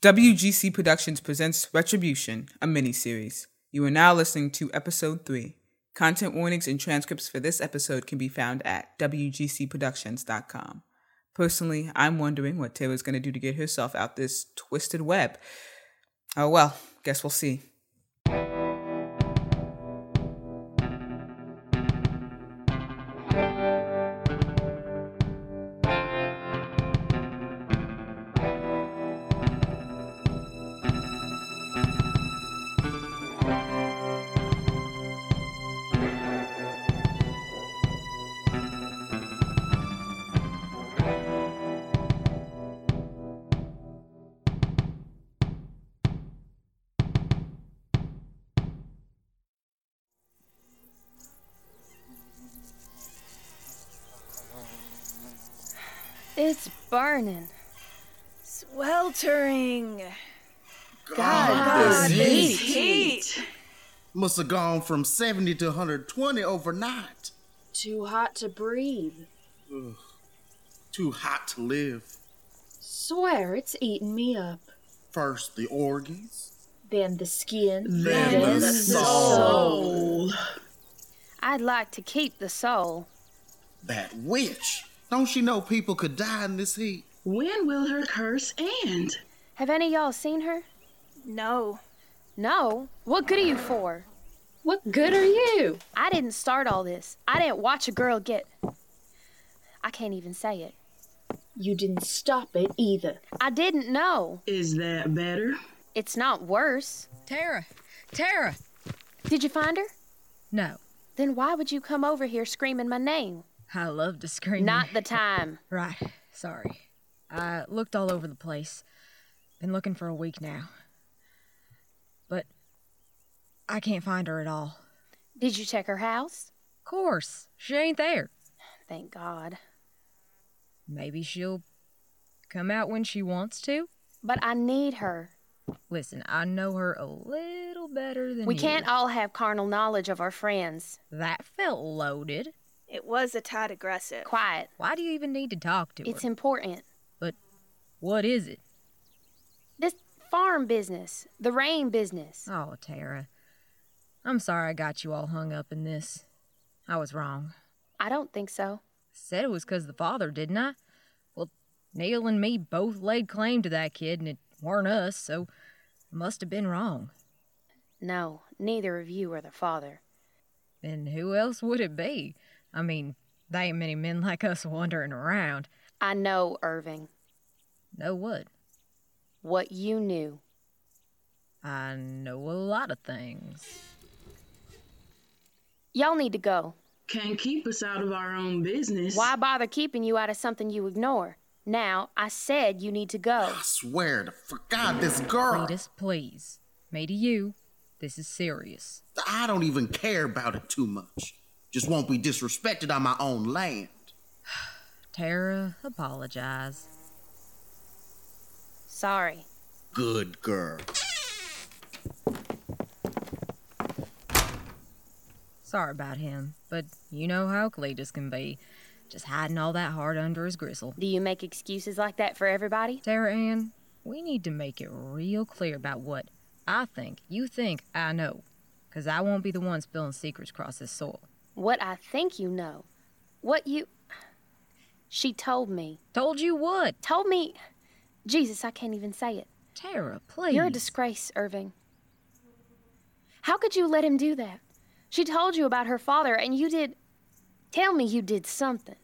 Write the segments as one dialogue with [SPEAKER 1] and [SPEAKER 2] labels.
[SPEAKER 1] WGC Productions presents Retribution, a miniseries. You are now listening to episode 3. Content warnings and transcripts for this episode can be found at WGCProductions.com. Personally, I'm wondering what Taylor's going to do to get herself out this twisted web. Oh well, guess we'll see.
[SPEAKER 2] It's burning.
[SPEAKER 3] Sweltering.
[SPEAKER 2] God,
[SPEAKER 4] this
[SPEAKER 2] heat.
[SPEAKER 3] Heat.
[SPEAKER 4] must have gone from 70 to 120 overnight.
[SPEAKER 2] Too hot to breathe.
[SPEAKER 4] Too hot to live.
[SPEAKER 2] Swear it's eating me up.
[SPEAKER 4] First the organs,
[SPEAKER 2] Then the skin.
[SPEAKER 4] then,
[SPEAKER 3] Then
[SPEAKER 4] the
[SPEAKER 3] the
[SPEAKER 4] soul.
[SPEAKER 2] I'd like to keep the soul.
[SPEAKER 4] That witch. Don't she know people could die in this heat?
[SPEAKER 5] When will her curse end?
[SPEAKER 2] Have any of y'all seen her?
[SPEAKER 3] No.
[SPEAKER 2] No. What good are you for?
[SPEAKER 6] What good are you?
[SPEAKER 2] I didn't start all this. I didn't watch a girl get. I can't even say it.
[SPEAKER 6] You didn't stop it either.
[SPEAKER 2] I didn't know.
[SPEAKER 5] Is that better?
[SPEAKER 2] It's not worse.
[SPEAKER 7] Tara, Tara,
[SPEAKER 2] Did you find her?
[SPEAKER 7] no.
[SPEAKER 2] Then why would you come over here screaming my name?
[SPEAKER 7] I love to scream.
[SPEAKER 2] Not the time.
[SPEAKER 7] right. Sorry. I looked all over the place. Been looking for a week now. But I can't find her at all.
[SPEAKER 2] Did you check her house?
[SPEAKER 7] Course, she ain't there.
[SPEAKER 2] Thank God.
[SPEAKER 7] Maybe she'll come out when she wants to.
[SPEAKER 2] But I need her.
[SPEAKER 7] Listen, I know her a little better than
[SPEAKER 2] We
[SPEAKER 7] you.
[SPEAKER 2] can't all have carnal knowledge of our friends.
[SPEAKER 7] That felt loaded.
[SPEAKER 3] It was a tad aggressive.
[SPEAKER 2] Quiet.
[SPEAKER 7] Why do you even need to talk to
[SPEAKER 2] It's
[SPEAKER 7] her?
[SPEAKER 2] important.
[SPEAKER 7] what is it?
[SPEAKER 2] This farm business, the rain business.
[SPEAKER 5] Uh.
[SPEAKER 7] Oh, Tara. I'm sorry I got you all hung up in this. I was wrong.
[SPEAKER 2] I don't think so.
[SPEAKER 7] Said it was 'cause the father, didn't I? Well, Neil and me both laid claim to that kid, and it weren't us, so I must have been wrong.
[SPEAKER 2] No, neither of you are the father.
[SPEAKER 7] Then who else would it be? I mean, there ain't many men like us wandering around.
[SPEAKER 2] I know, Irving,
[SPEAKER 7] Know what?
[SPEAKER 2] what you knew.
[SPEAKER 7] I know a lot of things.
[SPEAKER 2] Y'all need to go.
[SPEAKER 5] Can't keep us out of our own business.
[SPEAKER 2] Why bother keeping you out of something you ignore? Now, I said you need to go.
[SPEAKER 4] I swear to for God, this girl.
[SPEAKER 7] Cletus, please. Me to you. This is serious.
[SPEAKER 4] I don't even care about it too much. Just won't be disrespected on my own land.
[SPEAKER 7] Tara, apologize.
[SPEAKER 2] Sorry.
[SPEAKER 4] Good girl.
[SPEAKER 7] Sorry about him, but you know how Cletus can be. Just hiding all that heart under his gristle.
[SPEAKER 2] Do you make excuses like that for everybody?
[SPEAKER 7] Tara Ann, we need to make it real clear about what I think, you think, I know. Because I won't be the one spilling secrets across this soil.
[SPEAKER 2] What I think you know. What you. She told me.
[SPEAKER 7] Told you what?
[SPEAKER 2] Told me. Jesus, I can't even say it.
[SPEAKER 7] Tara, please.
[SPEAKER 2] You're a disgrace, Irving. How could you let him do that? She told you about her father, and you did. Tell me you did something.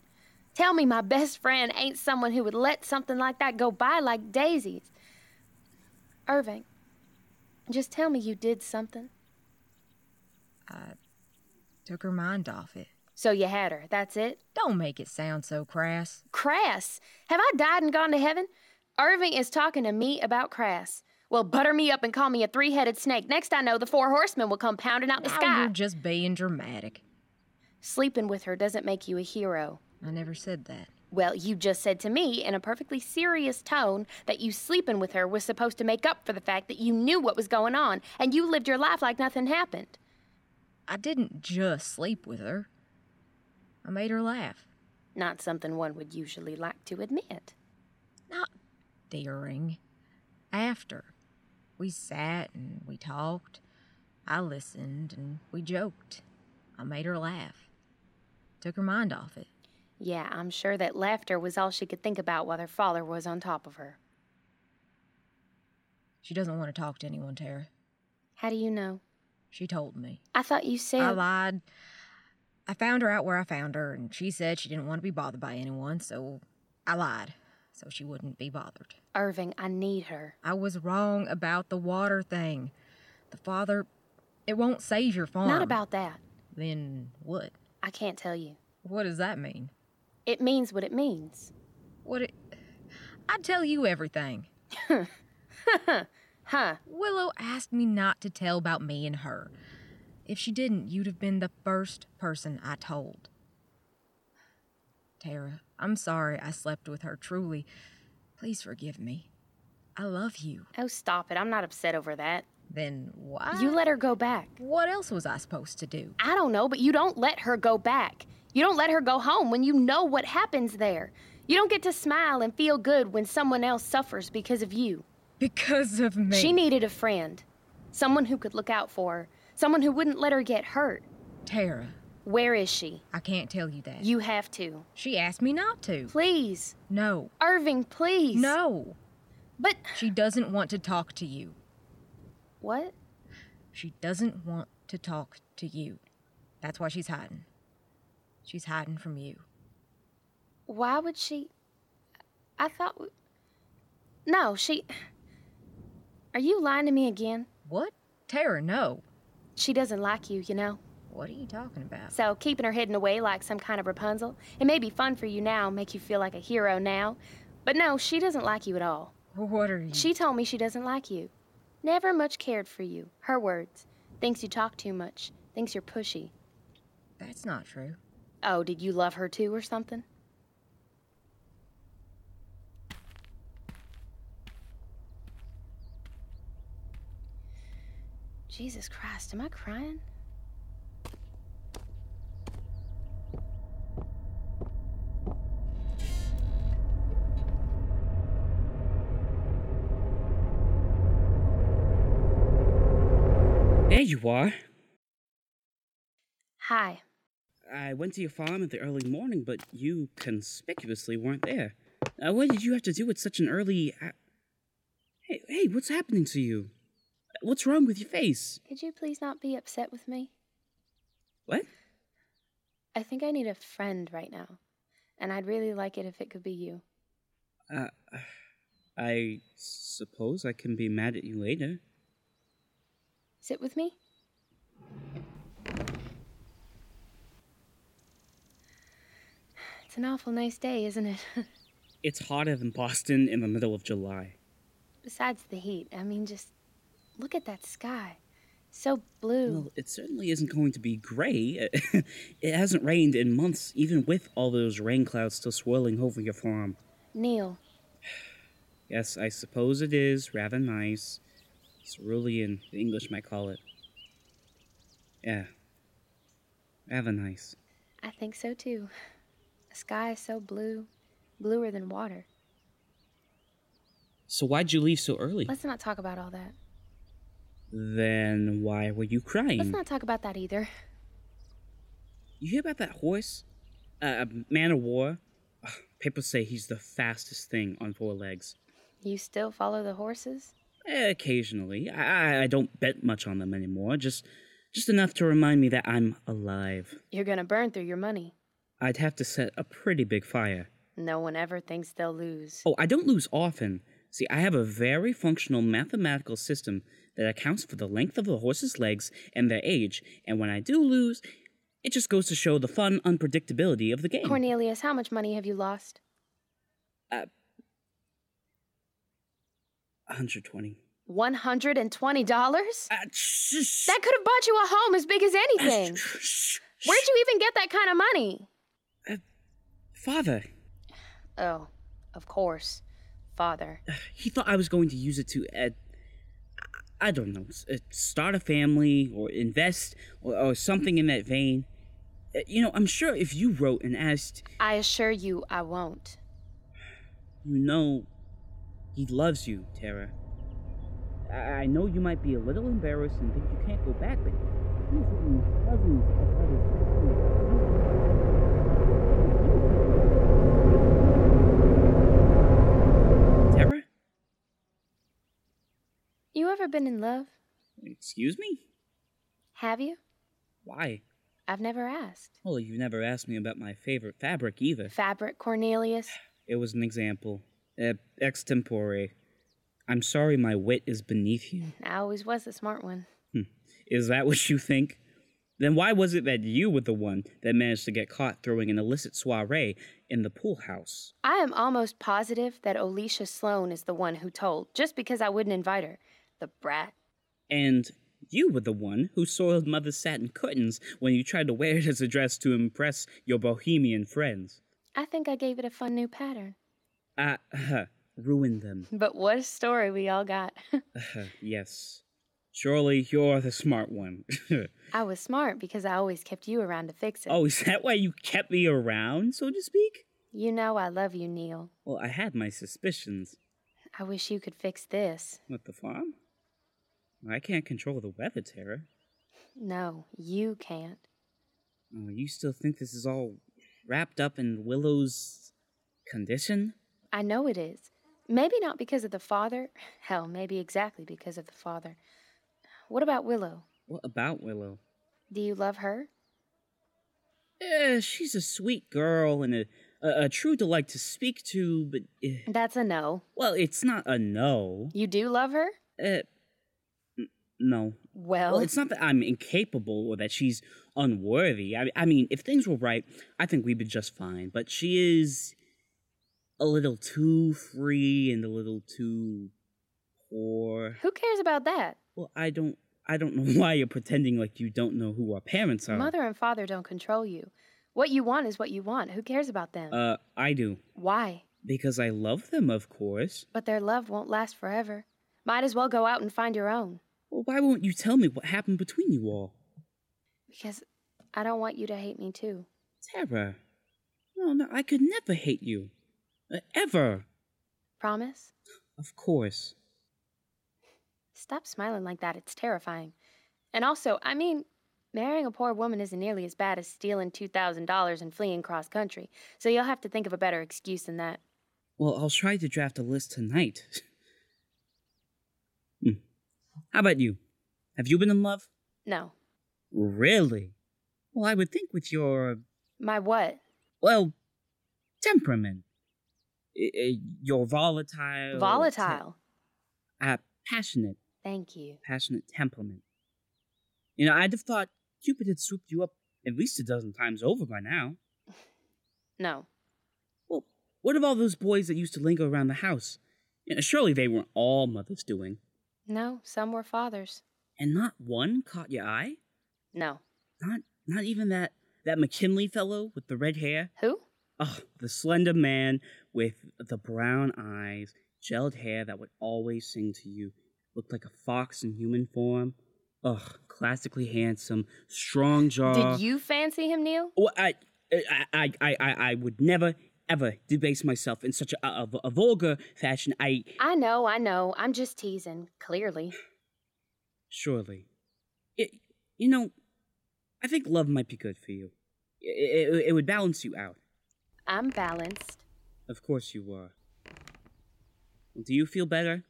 [SPEAKER 2] Tell me my best friend ain't someone who would let something like that go by like daisies. Irving, just tell me you did something.
[SPEAKER 7] Took her mind off it.
[SPEAKER 2] So you had her, that's it?
[SPEAKER 7] Don't make it sound so crass.
[SPEAKER 2] Crass! Have I died and gone to heaven? Irving is talking to me about Crass. Well, butter me up and call me a three headed snake. Next I know, the four horsemen will come pounding out the
[SPEAKER 7] Now
[SPEAKER 2] sky.
[SPEAKER 7] you're just being dramatic.
[SPEAKER 2] Sleeping with her doesn't make you a hero.
[SPEAKER 7] I never said that.
[SPEAKER 2] Well, you just said to me in a perfectly serious tone that you sleeping with her was supposed to make up for the fact that you knew what was going on and you lived your life like nothing happened.
[SPEAKER 7] I didn't just sleep with her. I made her laugh.
[SPEAKER 2] Not something one would usually like to admit.
[SPEAKER 7] Not daring. after. We sat and we talked. I listened and we joked. I made her laugh. Took her mind off it.
[SPEAKER 2] Yeah, I'm sure that laughter was all she could think about while her father was on top of her.
[SPEAKER 7] She doesn't want to talk to anyone, Tara.
[SPEAKER 2] How do you know?
[SPEAKER 7] She told me.
[SPEAKER 2] I thought you said.
[SPEAKER 7] I lied. I found her out where I found her, and she said she didn't want to be bothered by anyone, so I lied so she wouldn't be bothered.
[SPEAKER 2] Irving, I need her.
[SPEAKER 7] I was wrong about the water thing. The father. It won't save your farm.
[SPEAKER 2] Not about that.
[SPEAKER 7] Then what?
[SPEAKER 2] I can't tell you.
[SPEAKER 7] What does that mean?
[SPEAKER 2] It means what it means.
[SPEAKER 7] What it. I tell you everything.
[SPEAKER 2] Huh.
[SPEAKER 7] Willow asked me not to tell about me and her. If she didn't, you'd have been the first person I told. Tara, I'm sorry I slept with her, truly. Please forgive me. I love you.
[SPEAKER 2] Oh, stop it. I'm not upset over that.
[SPEAKER 7] Then why?
[SPEAKER 2] You let her go back.
[SPEAKER 7] What else was I supposed to do?
[SPEAKER 2] I don't know, but you don't let her go back. You don't let her go home when you know what happens there. You don't get to smile and feel good when someone else suffers because of you.
[SPEAKER 7] Because of me.
[SPEAKER 2] She needed a friend, someone who could look out for her, someone who wouldn't let her get hurt.
[SPEAKER 7] Tara,
[SPEAKER 2] Where is she?
[SPEAKER 7] I can't tell you that.
[SPEAKER 2] You have to.
[SPEAKER 7] She asked me not to.
[SPEAKER 2] Please.
[SPEAKER 7] No.
[SPEAKER 2] Irving, please.
[SPEAKER 7] No.
[SPEAKER 2] But
[SPEAKER 7] She doesn't want to talk to you.
[SPEAKER 2] what?
[SPEAKER 7] She doesn't want to talk to you. That's why she's hiding. She's hiding from you.
[SPEAKER 2] Why would she? I thought. w- No, she. Are you lying to me again?
[SPEAKER 7] What? Tara, no.
[SPEAKER 2] She doesn't like you, you know?
[SPEAKER 7] What are you talking about?
[SPEAKER 2] So keeping her hidden away like some kind of Rapunzel, it may be fun for you now, make you feel like a hero now. But no, she doesn't like you at all.
[SPEAKER 7] What are you?
[SPEAKER 2] She told me she doesn't like you. Never much cared for you. Her words. Thinks you talk too much. Thinks you're pushy.
[SPEAKER 7] That's not true.
[SPEAKER 2] Oh, did you love her too or something? Jesus Christ, am I crying?
[SPEAKER 8] There you are.
[SPEAKER 2] Hi.
[SPEAKER 8] I went to your farm in the early morning, but you conspicuously weren't there. Uh, what did you have to do at such an early. a Hey, hey, what's happening to you? What's wrong with your face?
[SPEAKER 2] Could you please not be upset with me?
[SPEAKER 8] What?
[SPEAKER 2] I think I need a friend right now, and I'd really like it if it could be you.
[SPEAKER 8] Uh, I suppose I can be mad at you later.
[SPEAKER 2] Sit with me? It's an awful nice day, isn't it?
[SPEAKER 8] It's hotter than Boston in the middle of July.
[SPEAKER 2] Besides the heat, I mean, just look at that sky. So blue.
[SPEAKER 8] Well, it certainly isn't going to be gray. it hasn't rained in months, even with all those rain clouds still swirling over your farm.
[SPEAKER 2] Neil,
[SPEAKER 8] Yes, I suppose it is rather nice. Cerulean, the English might call it. Yeah. Rather nice.
[SPEAKER 2] I think so too. The sky is so blue, bluer than water.
[SPEAKER 8] So why'd you leave so early?
[SPEAKER 2] Let's not talk about all that.
[SPEAKER 8] Then why were you
[SPEAKER 2] Let's
[SPEAKER 8] crying?
[SPEAKER 2] not talk about that either.
[SPEAKER 8] You hear about that horse? Uh, a man of war? Ugh, people say he's the fastest thing on four legs.
[SPEAKER 2] You still follow the horses?
[SPEAKER 8] Eh, Occasionally, I, I- I don't bet much on them anymore. Just, just enough to remind me that I'm alive.
[SPEAKER 2] You're gonna burn through your money.
[SPEAKER 8] I'd have to set a pretty big fire.
[SPEAKER 2] No one ever thinks they'll lose.
[SPEAKER 8] Oh, I don't lose often. See, I have a very functional mathematical system that accounts for the length of the horse's legs and their age, and when I do lose, it just goes to show the fun unpredictability of the game.
[SPEAKER 2] Cornelius, how much money have you lost?
[SPEAKER 8] Uh, 120.
[SPEAKER 2] $120?
[SPEAKER 8] Uh, sh- sh-
[SPEAKER 2] That could have bought you a home as big as anything.
[SPEAKER 8] sh- sh-
[SPEAKER 2] Where'd you even get that kind of money?
[SPEAKER 8] Father,
[SPEAKER 2] Oh, of course. Father.
[SPEAKER 8] he thought I was going to use it to, uh, I- I don't know, s- uh, start a family or invest or, or something in that vein. Uh, You know, I'm sure if you wrote and asked,
[SPEAKER 2] I assure you, I won't.
[SPEAKER 8] You know he loves you, Tara. I I know you might be a little embarrassed and think you can't go back, but he's written dozens of letters. Tara?
[SPEAKER 2] You ever been in love?
[SPEAKER 8] Excuse me?
[SPEAKER 2] Have you?
[SPEAKER 8] Why?
[SPEAKER 2] I've never asked.
[SPEAKER 8] Well, you've never asked me about my favorite fabric either.
[SPEAKER 2] Fabric Cornelius.
[SPEAKER 8] It was an example. Uh, extempore. I'm sorry my wit is beneath you.
[SPEAKER 2] I always was the smart one.
[SPEAKER 8] Is that what you think? Then why was it that you were the one that managed to get caught throwing an illicit soiree in the pool house?
[SPEAKER 2] I am almost positive that Alicia Sloane is the one who told, just because I wouldn't invite her. The brat.
[SPEAKER 8] And you were the one who soiled Mother's satin curtains when you tried to wear it as a dress to impress your bohemian friends.
[SPEAKER 2] I think I gave it a fun new pattern.
[SPEAKER 8] Ah, ruined them. Uh-huh.
[SPEAKER 2] But what a story we all got.
[SPEAKER 8] yes. Surely you're the smart one.
[SPEAKER 2] I was smart because I always kept you around to fix it.
[SPEAKER 8] oh, is that why you kept me around, so to speak?
[SPEAKER 2] You know I love you, Neil.
[SPEAKER 8] Well, I had my suspicions.
[SPEAKER 2] I wish you could fix this.
[SPEAKER 8] What, the farm? I can't control the weather, Tara.
[SPEAKER 2] No, you can't.
[SPEAKER 8] Oh, you still think this is all wrapped up in Willow's condition?
[SPEAKER 2] I know it is. Maybe not because of the father. Hell, maybe exactly because of the father. What about Willow?
[SPEAKER 8] What about Willow?
[SPEAKER 2] Do you love her?
[SPEAKER 8] Eh, she's a sweet girl and a, a, a true delight to speak to, but. eh,
[SPEAKER 2] That's a no.
[SPEAKER 8] well, it's not a no.
[SPEAKER 2] You do love her?
[SPEAKER 8] Eh, n- no.
[SPEAKER 2] Well,
[SPEAKER 8] Well, it's not that I'm incapable or that she's unworthy. I, I mean, if things were right, I think we'd be just fine. But she is a little too free and a little too poor.
[SPEAKER 2] who cares about that?
[SPEAKER 8] Well, I don't. I don't know why you're pretending like you don't know who our parents are.
[SPEAKER 2] Mother and father don't control you. What you want is what you want. Who cares about them?
[SPEAKER 8] Uh, I do
[SPEAKER 2] Why?
[SPEAKER 8] because I love them, of course.
[SPEAKER 2] But their love won't last forever. Might as well go out and find your own.
[SPEAKER 8] Well, why won't you tell me what happened between you all,
[SPEAKER 2] Because I don't want you to hate me too.
[SPEAKER 8] Tara? No, no, I could never hate you, Uh, ever.
[SPEAKER 2] Promise?
[SPEAKER 8] Of course.
[SPEAKER 2] Stop smiling like that. It's terrifying. And also, I mean, marrying a poor woman isn't nearly as bad as stealing $2,000 and fleeing cross country. So you'll have to think of a better excuse than that.
[SPEAKER 8] Well, I'll try to draft a list tonight. Hmm. How about you? Have you been in love?
[SPEAKER 2] No.
[SPEAKER 8] Really? Well, I would think with your,
[SPEAKER 2] My what?
[SPEAKER 8] well, temperament, I- I- your volatile.
[SPEAKER 2] Volatile.
[SPEAKER 8] uh, passionate,
[SPEAKER 2] Thank you.
[SPEAKER 8] passionate temperament. You know, I'd have thought Cupid had swooped you up at least a dozen times over by now.
[SPEAKER 2] No.
[SPEAKER 8] Well, what of all those boys that used to linger around the house? You know, surely they weren't all mother's doing.
[SPEAKER 2] No, some were fathers.
[SPEAKER 8] And not one caught your eye?
[SPEAKER 2] No.
[SPEAKER 8] Not not even that that McKinley fellow with the red hair?
[SPEAKER 2] Who?
[SPEAKER 8] Oh, the slender man with the brown eyes, gelled hair that would always sing to you, looked like a fox in human form. Ugh, classically handsome, strong jaw.
[SPEAKER 2] Did you fancy him, Neil?
[SPEAKER 8] Well, I, I, I, I, I, I would never ever debase myself in such a, a, a vulgar fashion. I
[SPEAKER 2] I know, I know. I'm just teasing, clearly.
[SPEAKER 8] surely, it, you know, I think love might be good for you. It, it, it would balance you out.
[SPEAKER 2] I'm balanced.
[SPEAKER 8] Of course you were. Do you feel better?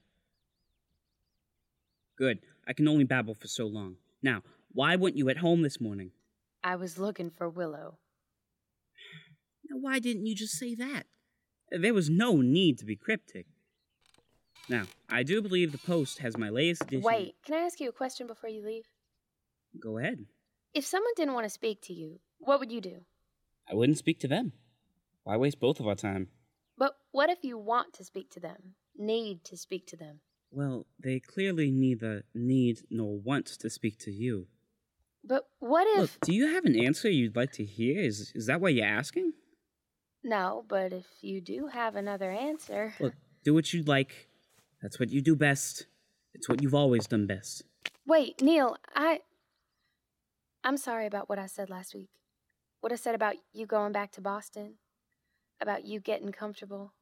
[SPEAKER 8] Good. I can only babble for so long. Now, why weren't you at home this morning?
[SPEAKER 2] I was looking for Willow.
[SPEAKER 8] Now, why didn't you just say that? There was no need to be cryptic. Now, I do believe the post has my latest edition.
[SPEAKER 2] Wait, can I ask you a question before you leave?
[SPEAKER 8] Go ahead.
[SPEAKER 2] If someone didn't want to speak to you, what would you do?
[SPEAKER 8] I wouldn't speak to them. Why waste both of our time?
[SPEAKER 2] But what if you want to speak to them? Need to speak to them?
[SPEAKER 8] Well, they clearly neither need nor want to speak to you.
[SPEAKER 2] But what
[SPEAKER 8] Look,
[SPEAKER 2] if.
[SPEAKER 8] do you have an answer you'd like to hear? Is is that why you're asking?
[SPEAKER 2] No, but if you do have another answer.
[SPEAKER 8] Look, do what you like. That's what you do best. It's what you've always done best.
[SPEAKER 2] Wait, Neil, I. I'm sorry about what I said last week. What I said about you going back to Boston, about you getting comfortable.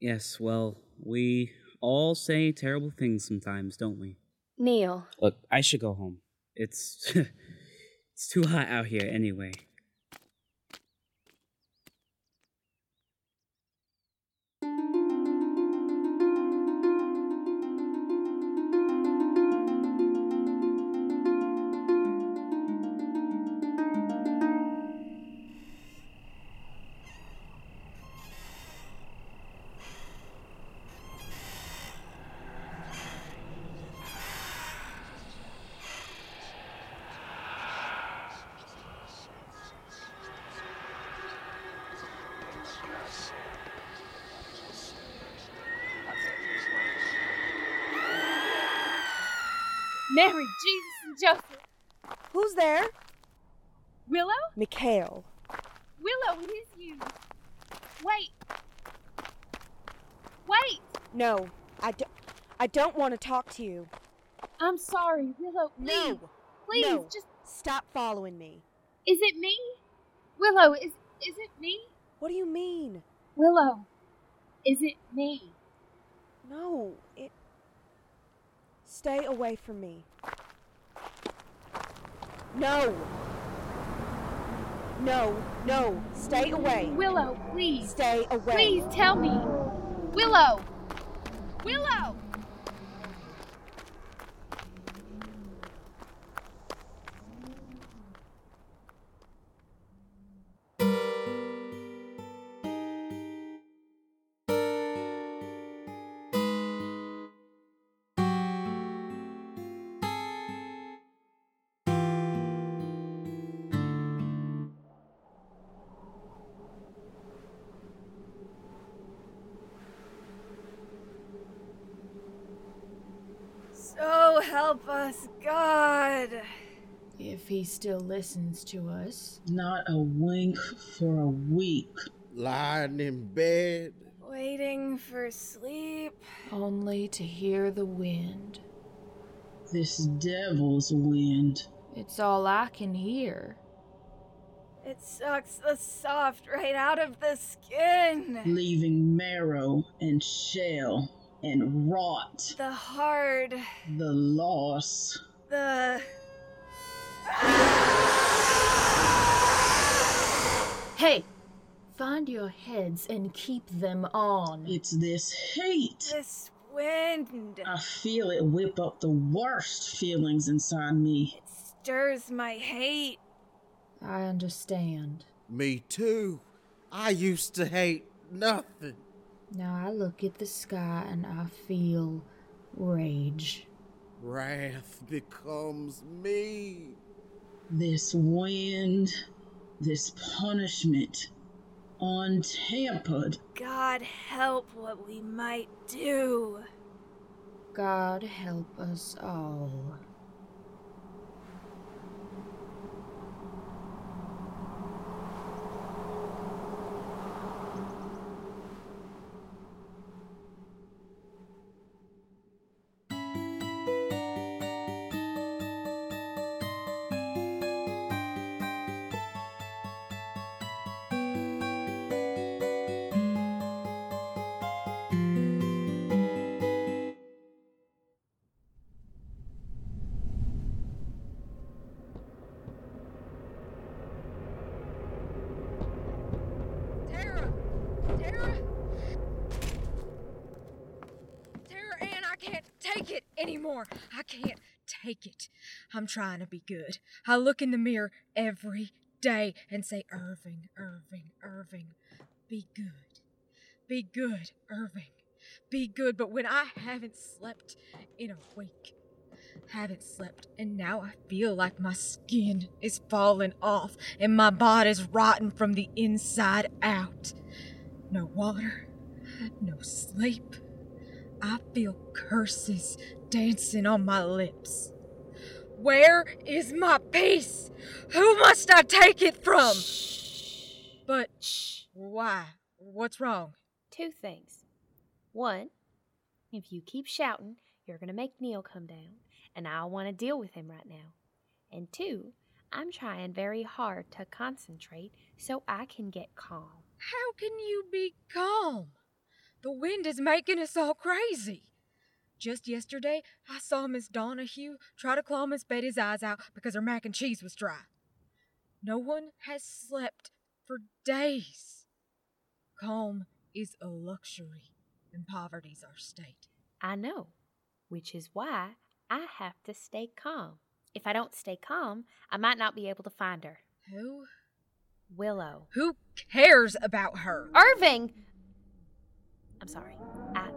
[SPEAKER 8] Yes, well, we all say terrible things sometimes, don't we?
[SPEAKER 2] Neil,
[SPEAKER 8] Look, I should go home. It's it's too hot out here anyway.
[SPEAKER 9] Mary, Jesus, and Joseph.
[SPEAKER 10] Who's there?
[SPEAKER 9] Willow?
[SPEAKER 10] Mikhail.
[SPEAKER 9] Willow, it is you. Wait. Wait.
[SPEAKER 10] No, I, do- I don't want to talk to you.
[SPEAKER 9] I'm sorry, Willow. Please.
[SPEAKER 10] No.
[SPEAKER 9] Please,
[SPEAKER 10] No.
[SPEAKER 9] just.
[SPEAKER 10] Stop following me.
[SPEAKER 9] Is it me? Willow, is, is it me?
[SPEAKER 10] What do you mean?
[SPEAKER 9] Willow, is it me?
[SPEAKER 10] No, it. Stay away from me. No! No, no, stay away.
[SPEAKER 9] Willow, please.
[SPEAKER 10] Stay away.
[SPEAKER 9] Please tell me. Willow! Willow!
[SPEAKER 3] So help us, God.
[SPEAKER 6] If he still listens to us.
[SPEAKER 5] Not a wink for a week.
[SPEAKER 4] Lying in bed.
[SPEAKER 3] Waiting for sleep.
[SPEAKER 6] Only to hear the wind.
[SPEAKER 5] This devil's wind.
[SPEAKER 6] It's all I can hear.
[SPEAKER 3] It sucks the soft right out of the skin.
[SPEAKER 5] Leaving marrow and shell and rot.
[SPEAKER 3] The hard.
[SPEAKER 5] The loss.
[SPEAKER 3] The.
[SPEAKER 6] Hey! Find your heads and keep them on.
[SPEAKER 5] It's this hate.
[SPEAKER 3] This wind.
[SPEAKER 5] I feel it whip up the worst feelings inside me.
[SPEAKER 3] It stirs my hate.
[SPEAKER 6] I understand.
[SPEAKER 4] Me too. I used to hate nothing.
[SPEAKER 6] Now I look at the sky and I feel rage.
[SPEAKER 4] Wrath becomes me.
[SPEAKER 5] This wind, this punishment, untampered.
[SPEAKER 3] God help what we might do.
[SPEAKER 6] God help us all.
[SPEAKER 7] Tara! Tara! Tara Ann, I can't take it anymore. I can't take it. I'm trying to be good. I look in the mirror every day and say, Irving, Irving, Irving, be good. Be good, Irving. Be good. But when I haven't slept in a week, haven't slept, and now I feel like my skin is falling off and my body's rotten from the inside out. No water, no sleep. I feel curses dancing on my lips. Where is my peace? Who must I take it from? But why? What's wrong?
[SPEAKER 2] two things. One, if you keep shouting, you're going to make Neil come down, and I want to deal with him right now. And two, I'm trying very hard to concentrate so I can get calm.
[SPEAKER 7] How can you be calm? The wind is making us all crazy. Just yesterday, I saw Miss Donahue try to claw Miss Betty's eyes out because her mac and cheese was dry. No one has slept for days. Calm is a luxury, and poverty's our state.
[SPEAKER 2] I know, which is why I have to stay calm. If I don't stay calm, I might not be able to find her.
[SPEAKER 7] Who?
[SPEAKER 2] Willow.
[SPEAKER 7] Who cares about her?
[SPEAKER 2] Irving! I'm sorry. I.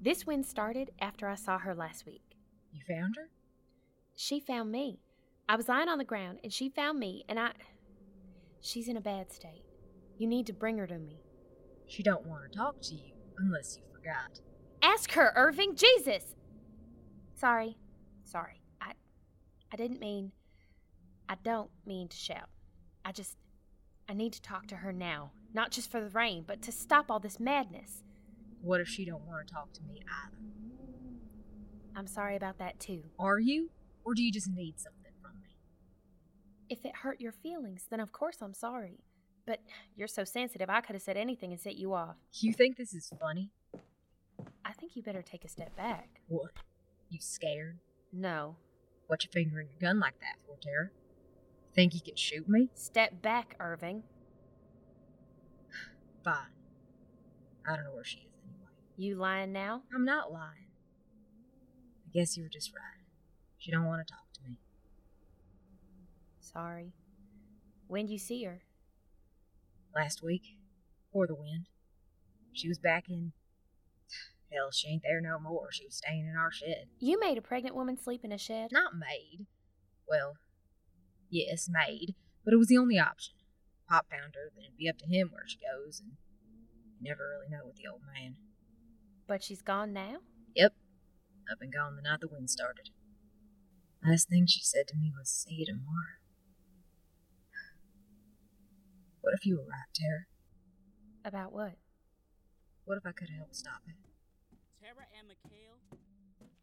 [SPEAKER 2] This wind started after I saw her last week.
[SPEAKER 7] You found her?
[SPEAKER 2] She found me. I was lying on the ground and she found me and I. She's in a bad state. You need to bring her to me.
[SPEAKER 7] She don't want to talk to you unless you forgot.
[SPEAKER 2] Ask her, Irving. Jesus. Sorry. Sorry. I I didn't mean I don't mean to shout. I just I need to talk to her now, not just for the rain, but to stop all this madness.
[SPEAKER 7] What if she don't want to talk to me either?
[SPEAKER 2] I'm sorry about that too.
[SPEAKER 7] Are you? Or do you just need something from me?
[SPEAKER 2] If it hurt your feelings, then of course I'm sorry. But you're so sensitive, I could have said anything and set you off.
[SPEAKER 7] You think this is funny?
[SPEAKER 2] I think you better take a step back.
[SPEAKER 7] What? You scared?
[SPEAKER 2] No.
[SPEAKER 7] What you fingering your gun like that for, Tara? Think you can shoot me?
[SPEAKER 2] Step back, Irving.
[SPEAKER 7] Fine. I don't know where she is anyway.
[SPEAKER 2] You lying now?
[SPEAKER 7] I'm not lying. I guess you were just right. She don't want to talk to me.
[SPEAKER 2] Sorry. When'd you see her?
[SPEAKER 7] Last week. Before the wind. She was back in Hell, she ain't there no more. She was staying in our shed.
[SPEAKER 2] You made a pregnant woman sleep in a shed?
[SPEAKER 7] Not made. Well, yes, made. But it was the only option. Pop found her, then it'd be up to him where she goes, and you never really know with the old man.
[SPEAKER 2] But she's gone now?
[SPEAKER 7] Yep. Up and gone the night the wind started. Last thing she said to me was, see you tomorrow. What if you were right, Tara?
[SPEAKER 2] About what?
[SPEAKER 7] What if I could have helped stop it?
[SPEAKER 11] Tara and Mikhail.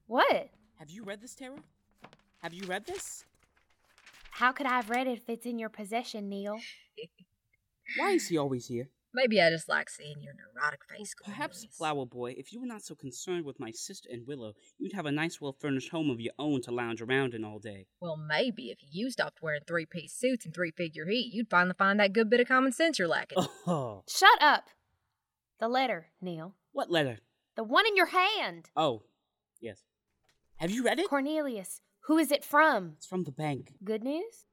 [SPEAKER 2] What?
[SPEAKER 11] Have you read this, Tara? Have you read this?
[SPEAKER 2] How could I have read it if it's in your possession, Neil?
[SPEAKER 11] Why is he always here?
[SPEAKER 7] Maybe I just like seeing your neurotic face. Well,
[SPEAKER 8] perhaps, Flower Boy, if you were not so concerned with my sister and Willow, you'd have a nice, well furnished home of your own to lounge around in all day.
[SPEAKER 7] Well, maybe if you stopped wearing three piece suits and three figure heat, you'd finally find that good bit of common sense you're lacking.
[SPEAKER 11] Oh.
[SPEAKER 2] Shut up! The letter, Neil.
[SPEAKER 11] What letter?
[SPEAKER 2] The one in your hand.
[SPEAKER 11] Oh, yes. Have you read it?
[SPEAKER 2] Cornelius, who is it from?
[SPEAKER 11] It's from the bank.
[SPEAKER 2] Good news?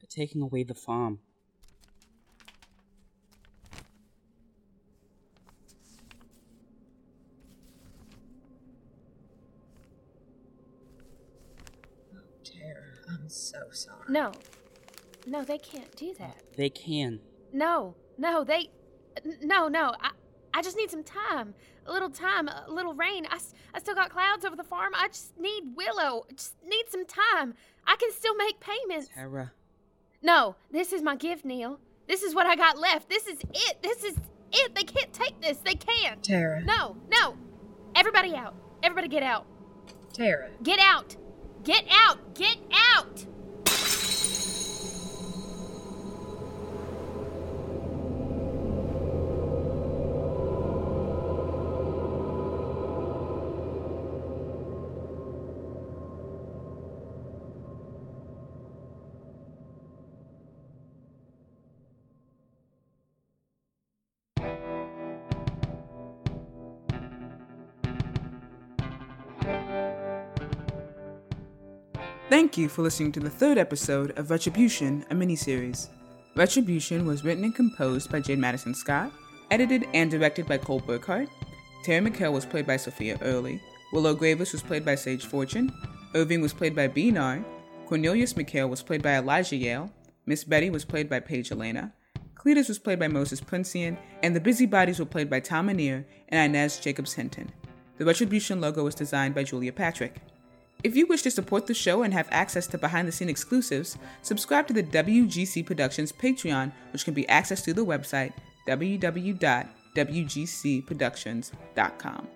[SPEAKER 11] They're taking away the farm.
[SPEAKER 7] Oh, Tara, I'm so sorry.
[SPEAKER 2] No. No, they can't do that.
[SPEAKER 11] They can.
[SPEAKER 2] No, no, they. n- No, no. I, I just need some time. A little time, a little rain. I, s- I still got clouds over the farm. I just need Willow. Just need some time. I can still make payments.
[SPEAKER 11] Tara.
[SPEAKER 2] No, this is my gift, Neil. This is what I got left. This is it. This is it. They can't take this. They can't.
[SPEAKER 7] Tara.
[SPEAKER 2] No, no. Everybody out. Everybody get out.
[SPEAKER 7] Tara.
[SPEAKER 2] Get out. Get out. Get out.
[SPEAKER 1] Thank you for listening to the third episode of Retribution, a miniseries. Retribution was written and composed by Jane Madison Scott, edited and directed by Cole Burkhardt. Terry McHale was played by Sophia Early. Willow Gravis was played by Sage Fortune. Irving was played by Beanar. Cornelius McHale was played by Elijah Yale. Miss Betty was played by Paige Elena. Cletus was played by Moses Princian, and the Busybodies were played by Tom Anir and Inez Jacobs Hinton. The Retribution logo was designed by Julia Patrick. If you wish to support the show and have access to behind the scene exclusives, subscribe to the WGC Productions Patreon, which can be accessed through the website www.wgcproductions.com.